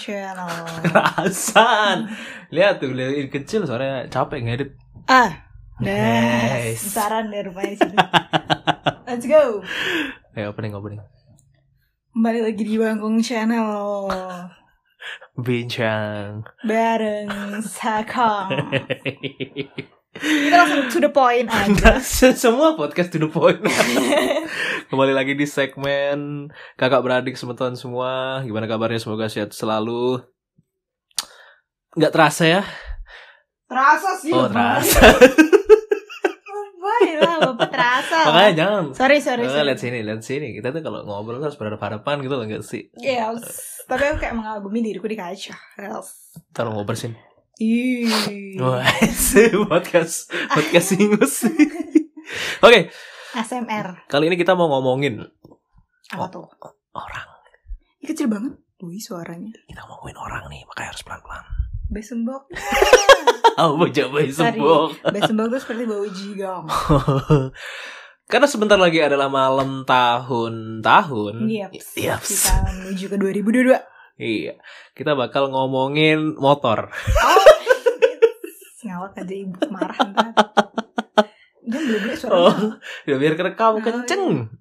Channel. Kerasan. Lihat tuh dari kecil soalnya capek ngedit. ah, Nice. nice. Saran deh rupanya sini. Let's go. Eh opening opening. Kembali lagi di Bangkung Channel Bincang. bareng Sakong. Kita langsung to the point ah. aja. Nah, se- semua podcast to the point. Kembali lagi di segmen kakak beradik semeton semua. Gimana kabarnya? Semoga sehat selalu. Nggak terasa ya? Terasa sih. lebay. Oh terasa. Lebay lah, bapak terasa. Makanya jangan. Sorry, sorry. Makanya sorry. lihat sini, lihat sini. Kita tuh kalau ngobrol harus berhadapan-hadapan gitu loh nggak sih? Iya. Yes. Tapi aku kayak mengagumi diriku di kaca. Yes. Taruh mau bersin. Ih. Wah, podcast podcast singus. Oke, ASMR. kali ini kita mau ngomongin Apa tuh? orang. Ih, kecil banget. Wih, suaranya. Kita mau ngomongin orang nih, makanya harus pelan-pelan. Besembok. Oh, bocah bayi Sorry. sembok. Besembok tuh seperti bau jigong. Karena sebentar lagi adalah malam tahun-tahun. Yep. Yaps. Iya, Kita menuju ke 2022. Iya. Kita bakal ngomongin motor. Oh. Ngawak aja ibu marah ntar. Dia beli-beli suara. Oh. mahal. Ya biar kerekam Oh, kenceng.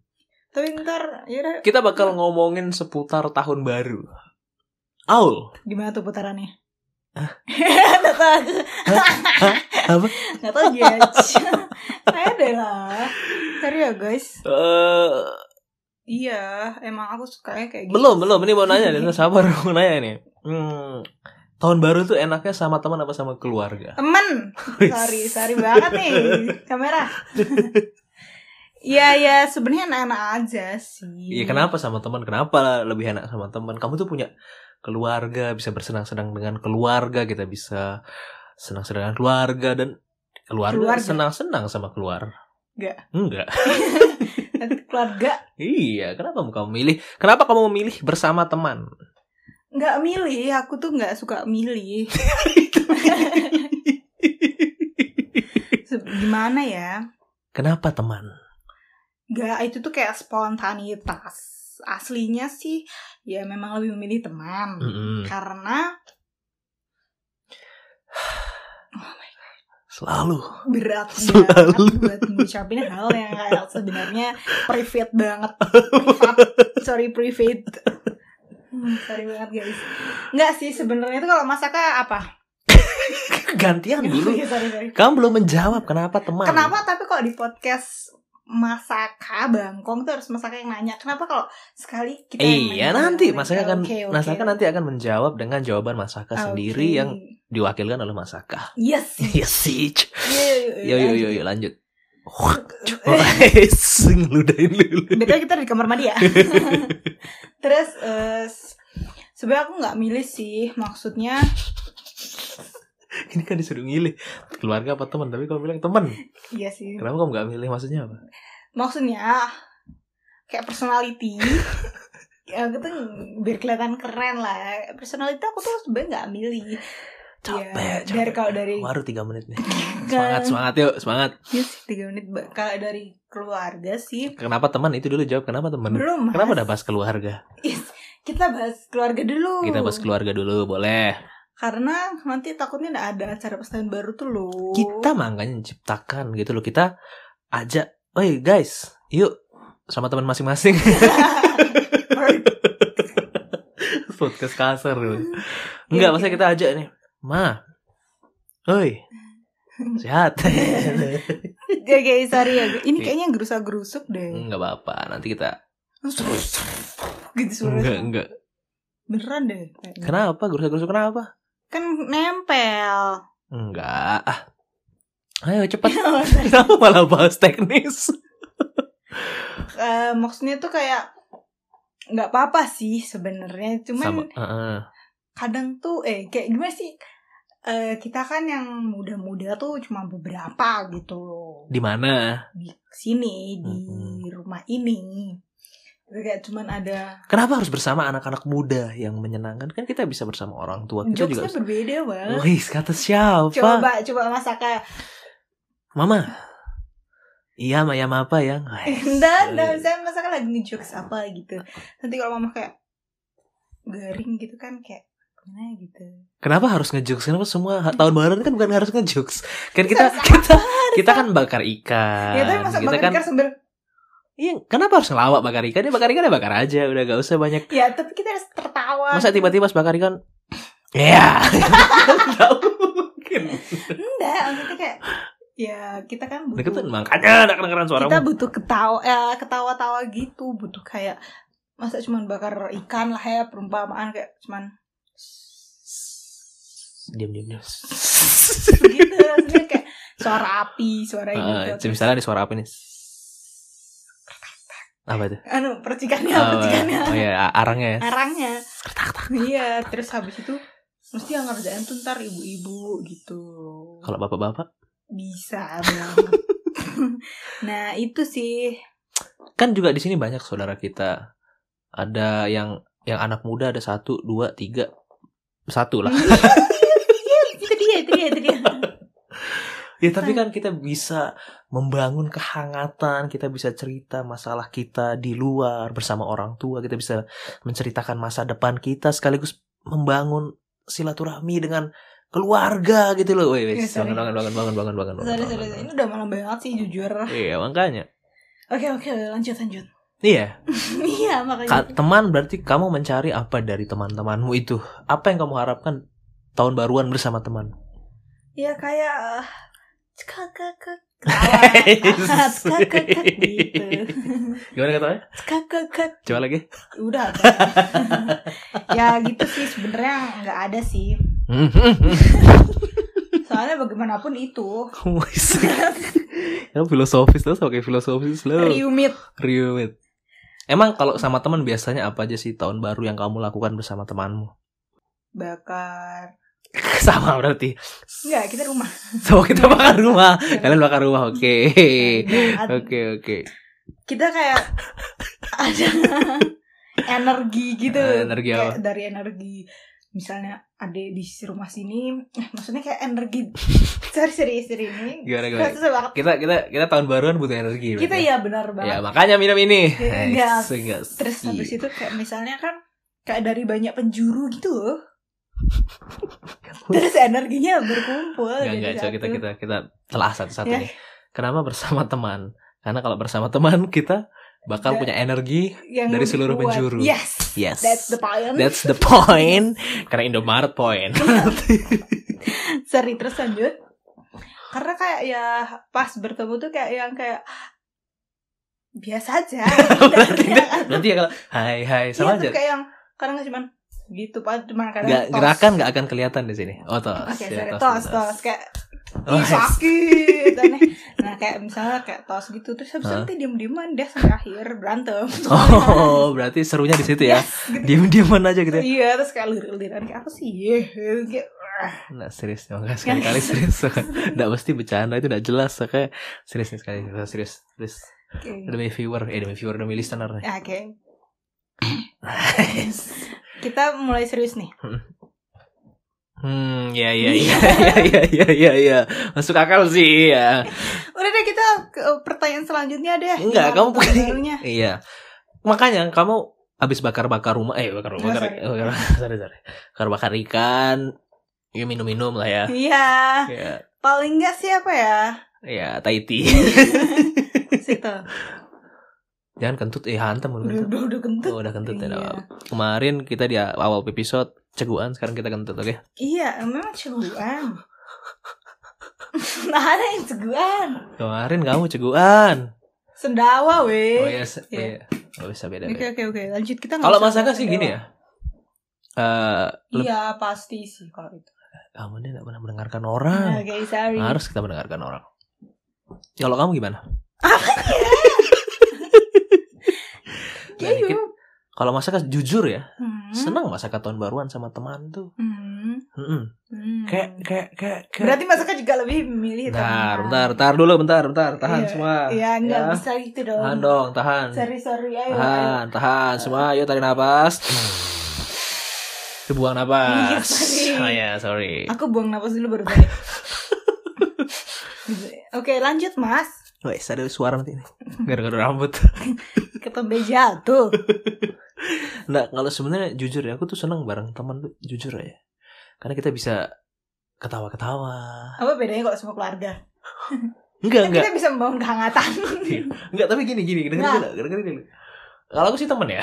Tapi ntar, ya yaudah. Kita bakal ngomongin seputar tahun baru. Aul. Gimana tuh putarannya? Nggak tahu. Apa? Nggak tahu dia aja. Ada lah. Sorry ya guys. Eh, Iya, emang aku sukanya kayak gitu. belum, belum. Ini mau nanya nih, sabar mau nanya nih. Hmm, tahun baru tuh enaknya sama teman apa sama keluarga? Temen. Sorry, sorry banget nih kamera. Iya, iya, sebenarnya anak-anak aja sih. Iya kenapa sama teman? Kenapa lebih enak sama teman? Kamu tuh punya keluarga, bisa bersenang-senang dengan keluarga, kita bisa senang-senang dengan keluarga dan keluarga, Keluarga. senang-senang sama keluar. Enggak. Enggak. Keluarga Iya, kenapa kamu milih? Kenapa kamu memilih bersama teman? nggak milih, aku tuh nggak suka milih. Se- Gimana ya? Kenapa teman? Nggak, itu tuh kayak spontanitas. Aslinya sih, ya memang lebih memilih teman. Mm-mm. Karena Selalu. berat banget Selalu. buat ngucapin hal yang kayak sebenarnya private banget privat sorry private Hmm, sorry banget guys nggak sih sebenarnya itu kalau masaknya apa Gantian Kan dulu. Sorry, sorry. Kamu belum menjawab kenapa teman? kenapa tapi kok di podcast Masaka Bangkong tuh harus Masaka yang nanya Kenapa kalau sekali kita yang Iya nanya? nanti Oke, Masaka akan oke, oke. Ah, Masaka nanti akan menjawab dengan jawaban Masaka Oke. sendiri yang diwakilkan oleh Masaka. Yes Iya, Yes sih. Yo yo yo yo lanjut. Sing ludahin lu. Betul kita di kamar mandi ya. Terus eh, s- sebenarnya aku nggak milih sih, maksudnya Ini kan disuruh milih keluarga apa teman, tapi kamu bilang teman. iya sih. Kenapa kamu nggak milih maksudnya apa? Maksudnya kayak personality. ya, aku tuh biar kelihatan keren lah. Personality aku tuh sebenarnya nggak milih. Capek. capek. dari kalau dari baru 3 menit nih. ke- Semangat, semangat yuk, semangat. Iya sih, tiga menit. Ba- Kalau dari keluarga sih Kenapa teman? Itu dulu jawab kenapa teman. belum. Mas. Kenapa udah bahas keluarga? Yes, Kita bahas keluarga dulu. Kita bahas keluarga dulu, boleh. Karena nanti takutnya nggak ada acara pas tahun baru tuh loh. Kita makanya ciptakan gitu loh. Kita ajak, "Oi guys, yuk sama teman masing-masing." Podcast kasar dulu. Enggak, Iya, maksudnya iya. kita ajak nih. Ma. Oi. Sehat. Iya. Oke, oke, sorry ya. Ini kayaknya gerusa-gerusuk deh. Enggak apa-apa, nanti kita gitu enggak suaranya. enggak. Beneran deh. kayaknya. Kenapa? Gurus-gurus kenapa? Kan nempel. Enggak. Ah. Ayo cepat. Oh, Kenapa malah bahas teknis? Eh, maksudnya tuh kayak nggak apa-apa sih sebenarnya. Sama, Cuman heeh. kadang tuh eh kayak gimana sih? Eh, kita kan yang muda-muda tuh cuma beberapa gitu loh. di mana? Di sini, di Mhm. rumah ini. Jadi Kayak cuman ada Kenapa harus bersama anak-anak muda yang menyenangkan? Kan kita bisa bersama orang tua. Oh, Kita juga. jokesnya berbeda banget. Wih, kata siapa? Coba coba masaknya Mama. Iya, ma, ya, ma, apa yang? Enggak, enggak misalnya masakan lagi ngejokes apa gitu Nanti kalau mama kayak garing gitu kan kayak Nah gitu. Kenapa harus ngejokes? Kenapa semua ha- tahun baru kan bukan harus ngejokes? Kan kita kita kita kan bakar ikan. ya tapi masa kita bakar kan ikan sumber. iya, kenapa harus ngelawak bakar ikan? Ya bakar ikan ya bakar aja, udah gak usah banyak. Ya tapi kita harus tertawa. Masa tiba-tiba pas bakar ikan? Ya. Gak mungkin. Enggak, maksudnya kayak ya kita kan butuh Deketan makanya ada kedengeran kita suaramu. butuh ketawa eh, ketawa-tawa gitu, butuh kayak masa cuman bakar ikan lah ya perumpamaan kayak cuman Diam diam diam. begitu rasanya kayak suara api, suara ini Ah, gitu. misalnya ada suara apa nih? Apa itu? Anu, percikannya, Ah, percikannya. oh ya, arangnya ya. Arangnya. Kretak, tak. Iya, terus habis itu mesti yang ngerjain tuh ntar ibu-ibu gitu. Kalau bapak-bapak Bisa banget. nah, itu sih kan juga di sini banyak saudara kita. Ada yang yang anak muda ada satu, dua, tiga, satu lah. Iya, itu dia, itu dia, itu dia. ya tapi Iya. kan kita bisa membangun kehangatan, kita bisa cerita masalah kita di luar bersama orang tua, kita bisa menceritakan masa depan kita sekaligus membangun silaturahmi dengan keluarga gitu loh. Woi, Ya, wes, sorry. bangun bangun bangun bangun bangun bangun. bangun, Sorry, sorry, bangun, sorry. bangun. Ini udah malam banget sih jujur. Iya, makanya. Oke, oke, lanjut, lanjut. Iya, Iya, makanya. Ka- teman berarti kamu mencari apa dari teman-temanmu itu? Apa yang kamu harapkan tahun baruan bersama teman? Ya kayak eh, kakak kakak kakak kakak gitu. Gimana katanya? Kakak kakak Coba lagi. udah. apa? ya gitu sih sebenarnya nggak ada sih. Soalnya bagaimanapun itu kamu isi. Kamu filosofis terus pakai filosofis lo. riumit. Riumit. Emang kalau sama teman biasanya apa aja sih tahun baru yang kamu lakukan bersama temanmu? bakar sama berarti. nggak kita rumah Sama kita bakar rumah. Kalian bakar rumah, oke. Nah, Oke, oke. kita kayak ada energi gitu Ah, energi Kayak dari energi misalnya ada di rumah sini eh, maksudnya kayak energi sorry serius serius ini Gimana gimana? Kerasa banget. Kita kita kita tahun baruan butuh energi. kita berarti. ya benar banget Ya makanya minum ini. Iya. Ya, Eh, enggak. seenggak terus sih. habis itu kayak misalnya kan kayak dari banyak penjuru gitu loh terus energinya berkumpul Oh, Enggak, jadi enggak, coba kita satu. kita kita telah satu-satu Ya. nih. Kenapa bersama teman? Karena kalau bersama teman kita bakal Da- punya energi. Yang dari lebih seluruh kuat. penjuru. yes Yes. that's the point That's the point. Karena Indomaret point. Sorry terus lanjut Karena kayak ya pas bertemu tuh kayak yang kayak Biasa aja Berarti- Iya kan? Nanti ya kalau hai hai Iya, sama tuh aja. kayak yang Karena nggak cuman gitu Pak Cuman kadang Nggak- tos. gerakan nggak akan kelihatan di sini. Oh, tos. Oke Ya, sorry tos, tos tos. tos Kayak "Ih, Oh, sakit aneh. Nah kayak misalnya kayak tos gitu Terus habis itu Hah? nanti diem-dieman Dia sampai akhir berantem Oh, berarti serunya di situ ya. Yes, gitu. Diam-diaman aja gitu. ya. Iya terus kayak lirik-lirikan Kayak apa sih Kayak, "Wah." Nah serius dong, nggak sekali-kali Iya. serius Nggak mesti bercanda itu nggak jelas Kayak serius nih sekali, serius Serius Oke. Demi viewer, eh demi viewer, demi listener nih Ya, Oke Kita mulai serius nih Hmm, ya ya ya ya ya ya ya ya Masuk akal sih ya Udah deh kita ke eh, pertanyaan selanjutnya deh. Gimana Enggak, kamu tahun bukan barunya? Iya Makanya kamu Abis bakar-bakar rumah Eh bakar rumah Oh, bakar, sorry. bakar, sorry, sorry. Bakar-bakar ikan Ya minum-minum lah ya Iya, Ya, paling enggak sih apa ya? ya Tahiti Situ. Jangan kentut, eh hantem lu Udah kentut udah, udah kentut. Oh udah kentut ya, Iya. udah. Kemarin kita di awal episode ceguan sekarang kita kentut oke Iya, memang ceguan. nah, ada yang ceguan. Kemarin kamu ceguan. Sendawa weh. Oh iya, se- oh, Iya. iya. Oh, bisa beda. Oke beda. oke oke, lanjut kita nggak Kalau usah Mas Aga bahas sih sendawa. gini ya. Eh, leb- Iya, pasti sih kalau itu. Nah, kamu ini gak pernah mendengarkan Oke, orang. sorry. Ah, Harus kita mendengarkan orang. Kalau kamu gimana? Iya, Nah, yuk. kita- Kalau Mas Aga jujur ya, Hmm. senang Mas Aga tahun baruan sama teman tuh. Hmm. Mm-mm. Hmm. Kayak kayak kayak kayak- Berarti masaknya juga lebih memilih teman. Bentar, bentar, bentar dulu, bentar, bentar, tahan gitu. Iya. semua. Iya, enggak Ya. bisa gitu dong. Tahan dong, tahan. Sorry, sorry. Ayo. ayo. Tahan, tahan semua. Ayo tarik napas. Buang Iya, napas. sorry. Oh ya, sorry. Aku buang napas dulu baru balik. Gitu. Oke lanjut mas iya, Wes ada suara nanti nih Gara-gara rambut Ketombe jatuh Nah, kalau sebenarnya jujur ya, aku tuh seneng bareng teman tuh jujur ya. Karena kita bisa ketawa-ketawa. Apa bedanya kalau semua keluarga? Kan Enggak, enggak. kita bisa membangun kehangatan. Enggak, tapi gini gini, dengerin Nah. dulu, dengerin dulu. Kalau aku sih temen ya.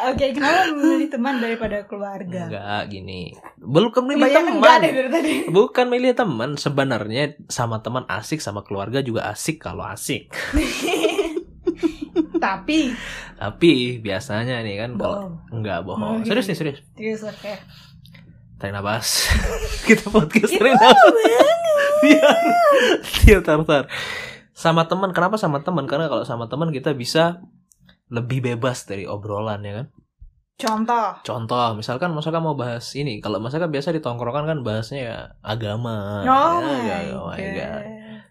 Oke, kenapa memilih teman daripada keluarga? Enggak, gini. Belum kan milih Kebanyakan enggak teman. deh dari tadi. Bukan milih teman, sebenarnya sama teman asik, sama keluarga juga asik kalau asik. Tapi Tapi biasanya nih kan kalau bohong. Nah, enggak bohong. Bohong. Serius nih, serius. Serius oke. Tarik nafas. Kita podcast Iya. tarik nafas. Itu biar biar tar tar. Iya, sama teman kenapa sama teman karena kalau sama teman kita bisa lebih bebas dari obrolan ya kan Contoh. contoh misalkan masa mau bahas ini kalau masa biasa di tongkrongan kan bahasnya ya agama Oh ya, my oh my God. god.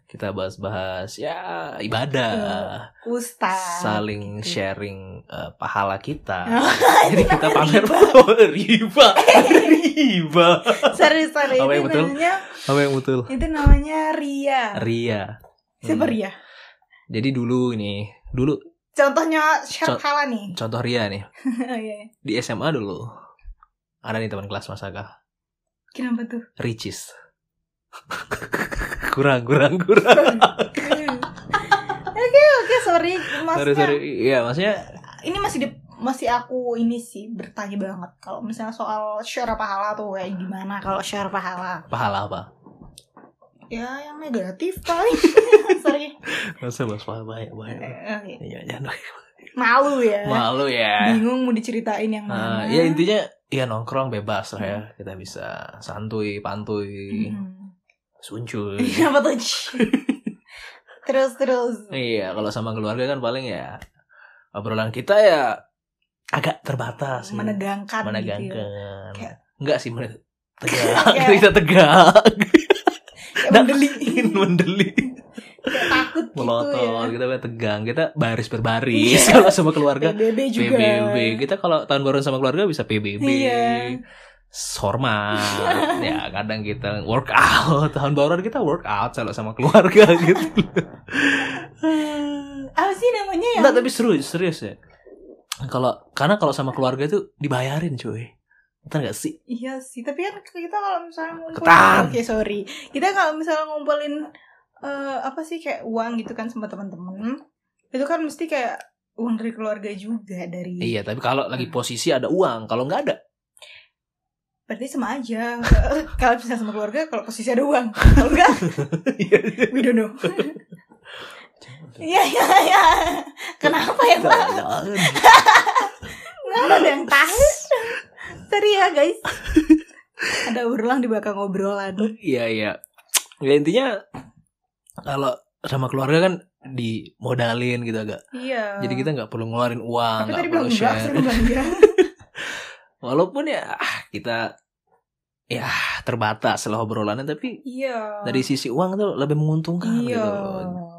kita bahas-bahas ya ibadah Ustaz. saling gitu. sharing eh, pahala kita Oh, jadi kita pamer Oh, riba riba Serius, serius. Apa Itu yang betul? Hmm. namanya, apa yang betul itu namanya Ria. Ria Siapa Hmm. Ria? jadi dulu ini dulu Contohnya Co- Syarkala nih. contoh Ria nih Iya, iya. di SMA dulu ada nih teman kelas Masaka Kenapa tuh? Ricis kurang kurang kurang Oke, oke, sorry. sorry Maksudnya sorry iya maksudnya ini masih di- masih aku ini sih bertanya banget kalau misalnya soal share pahala tuh kayak gimana kalau share pahala pahala apa ya yang negatif paling sorry masa bahas pahala banyak banyak Eh, oke. iya jangan malu ya malu ya bingung mau diceritain yang Nah, mana ya intinya ya nongkrong bebas lah ya kita bisa santuy pantuy Mm-mm. suncuy apa Hmm. tuh Ci? terus terus iya kalau sama keluarga kan paling ya obrolan kita ya agak terbatas gitu. menegangkan gitu ya. menegangkan Kayak- enggak sih men- tegak Kayak- kita tegak Kayak Dah. mendeli mendeli Kayak takut gitu ya melotot kan. kita kayak tegang kita baris berbaris kalau sama keluarga PBB juga PBB kita kalau tahun baru sama keluarga bisa PBB Iya. hormat ya kadang kita workout tahun baruan kita workout kalau sama keluarga gitu Ah, apa sih namanya yang Enggak tapi serius serius ya kalau karena kalau sama keluarga itu dibayarin cuy Ntar gak sih Iya sih, tapi kan kita kalau misalnya ngumpulin Ketan. Oke, sorry. Kita kalau misalnya ngumpulin eh, apa sih kayak uang gitu kan sama teman-teman. Itu kan mesti kayak uang dari keluarga juga dari Iya, tapi kalau lagi posisi ada uang, kalau nggak ada, berarti sama aja. kalau misalnya sama keluarga kalau posisi ada uang. Kalau enggak, we don't know. Iya, iya, iya. Kenapa ya, Pak? Kenapa ada yang tahu? Sorry ya, guys. Ada urulang di belakang obrolan. Iya iya. Ya intinya kalau sama keluarga kan dimodalin gitu agak. Iya. Jadi kita nggak perlu ngeluarin uang, tapi nggak tadi perlu bilang enggak, share. sekarang bilang enggak. Walaupun ya ah, kita ya terbatas lah obrolannya, tapi Iya. dari sisi uang tuh lebih menguntungkan iya. gitu.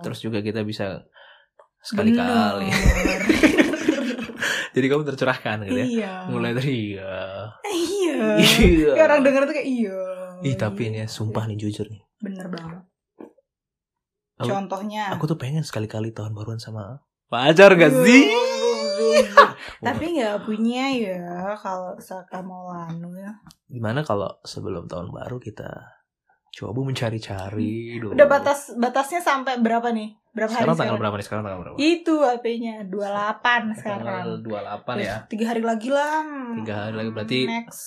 Terus juga kita bisa sekali-kali. Bener. Jadi kamu tercerahkan gitu ya. iya. Mulai dari iya. Iya. Iya. Kayak orang denger tuh kayak iya. Ih, tapi ini ya, sumpah nih jujur nih. Bener banget. Aku- Contohnya. Aku tuh pengen sekali-kali tahun baruan sama pacar gak Iya. sih? tapi nggak punya ya kalau Saka Maulana ya. Gimana kalau sebelum tahun baru kita coba mencari-cari dulu. Udah batas batasnya sampai berapa nih? Berapa hari Sekarang tanggal berapa nih? Sekarang tanggal berapa? Itu HP-nya 28 sekarang. Tanggal 28 ya. Terus Tiga hari lagi lah. Tiga hari lagi, berarti- next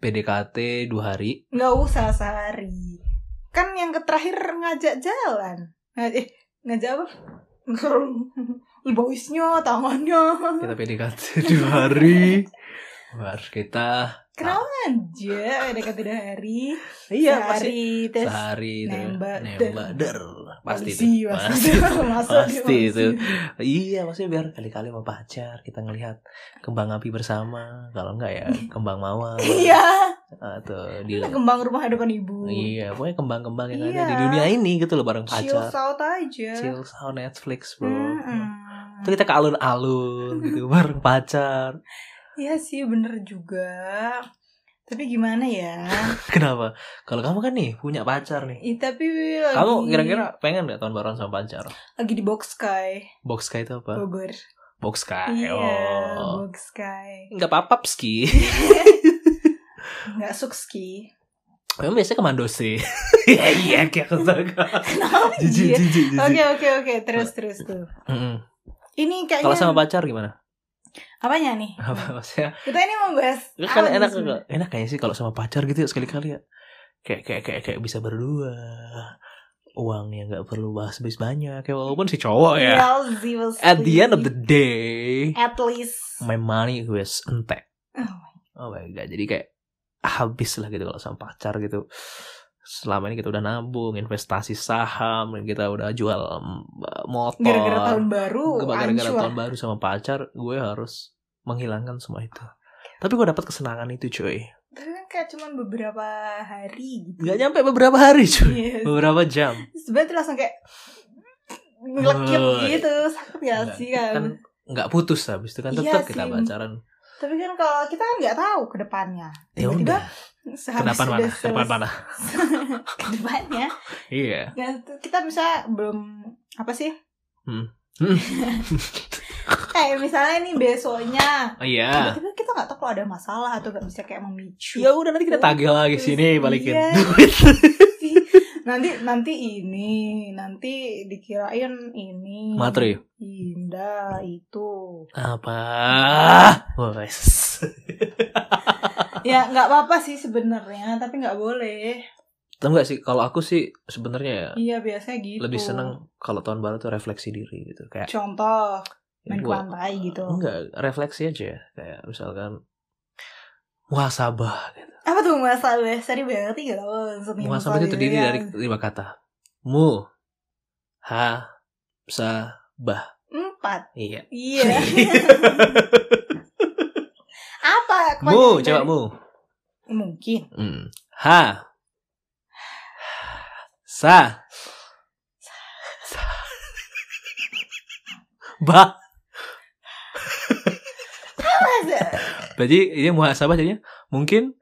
PDKT dua hari. nggak usah sehari kan yang ke- terakhir ngajak jalan Nga- eh ngajak apa Boisnya, tangannya Kita PDKT dua hari. Harus kita Kenapa aja ada ketiga hari Iya pasti Sehari terus sehari itu nembak, nembak der. der pasti polisi, itu pasti, Masuk di pasti itu polisi. iya maksudnya biar kali-kali sama pacar kita ngelihat kembang api bersama kalau enggak ya kembang mawar Iya atau di Kembang rumah hadapan ibu Iya, pokoknya kembang-kembang yang ada Iya. di dunia ini gitu loh bareng Chill pacar. out aja Chill out Netflix, Bro. Mm-mm. Terus kita ke alun-alun gitu bareng pacar. Iya sih bener juga Tapi gimana ya? Kenapa? Kalau kamu kan nih punya pacar nih. Ih, tapi lagi, Kamu kira-kira pengen nggak tahun baruan sama pacar? lagi di box sky Box sky itu apa? Bogor. Box sky. Iya, Oh. box sky. Nggak apa-apa ski. Nggak sukski. Kamu biasanya kemando sih. Iya iya kayak kesaga. Kenapa? Jijik ya? jijik jijik. Oke oke oke terus terus tuh. Mm-mm. Ini kayaknya Kalau sama pacar gimana? apanya nih? Apa maksudnya? Kita ini membahas Kan apa enak sih? enak kayaknya sih kalau sama pacar gitu ya sekali-kali ya. Kayak kayak kayak kayak bisa berdua. Uang yang nggak perlu bahas habis banyak. Kayak walaupun si Oh, cowok ya. Well, we will At the end of the see. day, at least my money was entek. Oh Oh my god, jadi kayak habis lah gitu kalau sama pacar gitu. Selama ini kita udah nabung, investasi saham, kita udah jual mm, motor. gara-gara tahun baru Gua gara-gara hancur. tahun baru sama pacar, gue harus menghilangkan semua itu. Tapi gue dapat kesenangan itu cuy. Tapi kan kayak cuman beberapa hari gitu. Gak nyampe beberapa hari cuy. Yes. Beberapa jam. Sebenarnya tuh langsung kayak ngelekit Woi. gitu sakit gak Nggak, sih kan? kan nggak putus habis itu kan Iya tetap kita sih. pacaran. Tapi kan kalau kita kan nggak tahu ke depannya. Ya Tiba-tiba udah. Kedepan mana? Kedepan mana? ke depannya. Iya. Nah, tuh kita bisa belum apa sih? Hmm. Hmm. Kayak Eh, misalnya nih besoknya Iya. tiba-tiba kita nggak tahu kalau ada masalah atau nggak bisa kayak memicu. Ya udah nanti kita tagih lagi sini balikin Iya. duit. Nanti- nanti nanti ini nanti dikirain ini Materi. indah itu apa wes ya nggak apa-apa sih sebenarnya tapi nggak boleh tau gak sih kalau aku sih sebenarnya ya iya biasanya gitu lebih seneng kalau tahun baru tuh refleksi diri gitu kayak contoh main ke gua- Hmm. pantai gitu enggak refleksi aja ya. kayak misalkan muhasabah gitu. apa tuh masalah seri banget tiga tahun seminggu muhasabah itu kan? terdiri dari lima kata mu ha sa empat iya iya apa kepanjangan mu coba dari- mu mungkin Hmm. ha sa Sa. ba Masa? Berarti ini muhasabah jadinya mungkin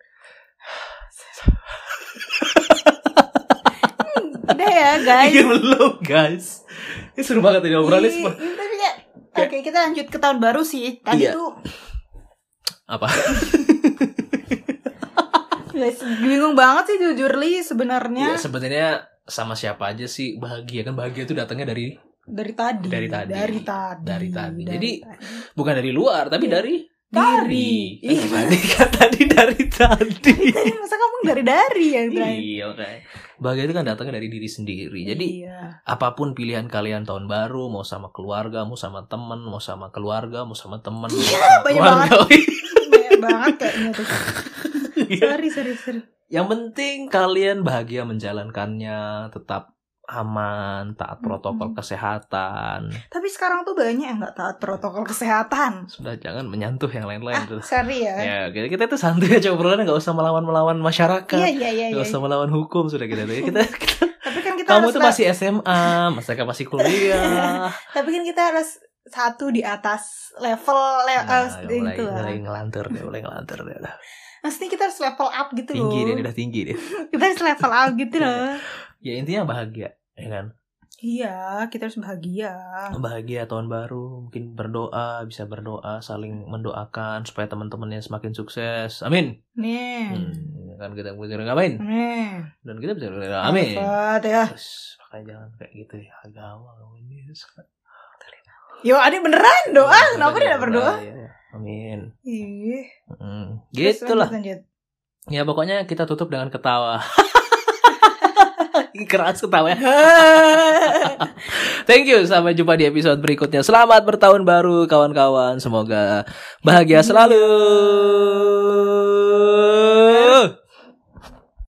Hmm, udah ya guys Iya, belum guys. Ini seru banget ini obrolannya Ih, semua. ini tapi ya Oke kita lanjut ke tahun baru sih Tadi Iya. tuh Apa? guys, bingung banget sih jujur Li sebenarnya Ya sebenarnya sama siapa aja sih bahagia kan bahagia itu datangnya dari dari tadi Dari tadi. dari tadi Dari tadi. dari Jadi, tadi. bukan dari luar tapi Iya. dari dari Iya. Ih, Kan Tadi kan tadi dari tadi. tadi masa kamu dari dari yang terakhir Iya, oke. Bahagia itu kan datangnya dari diri sendiri. Jadi iya. apapun pilihan kalian tahun baru, mau sama keluarga, mau sama temen, mau sama keluarga, mau sama temen, mau Iya, sama banyak keluarga. banyak banget kayaknya tuh Iya. sorry sorry sorry Yang penting kalian bahagia menjalankannya, tetap aman, taat protokol Mm-mm. kesehatan. tapi sekarang tuh banyak yang nggak taat protokol kesehatan Sudah jangan menyentuh yang lain-lain. ah sorry ya Ya, kita, kita tuh santai aja obrolannya nggak usah melawan-melawan iya masyarakat. iya iya, nggak iya. usah melawan hukum sudah kita tuh. Kita, kita tapi kan kita kamu harus tuh la- masih SMA, masa kan masih kuliah. tapi kan kita harus satu di atas level le Nah, eh, udah gitu mulai, lah. mulai ngelantur deh, mulai ngelantur deh. Udah. Maksudnya kita harus level up gitu loh. Tinggi deh, udah tinggi deh. Kita harus level up gitu loh. Ya intinya bahagia, ya kan? Iya, kita harus bahagia. bahagia tahun baru mungkin berdoa bisa berdoa saling mendoakan supaya teman-temannya semakin sukses amin Nih. hmm. kan kita bisa ngapain Nih. dan kita bisa berdoa, amin Hebat ya. terus makanya jangan kayak gitu ya agama kamu ini Yo, ada beneran doa. Kenapa dia Jangan gak berdoa? ya, ya. amin Ih. hmm. Terus gitu lah lanjut, lanjut. ya pokoknya kita tutup dengan ketawa keras ketawa ya. Thank you, sampai jumpa di episode berikutnya. Selamat bertahun baru kawan-kawan. Semoga bahagia selalu.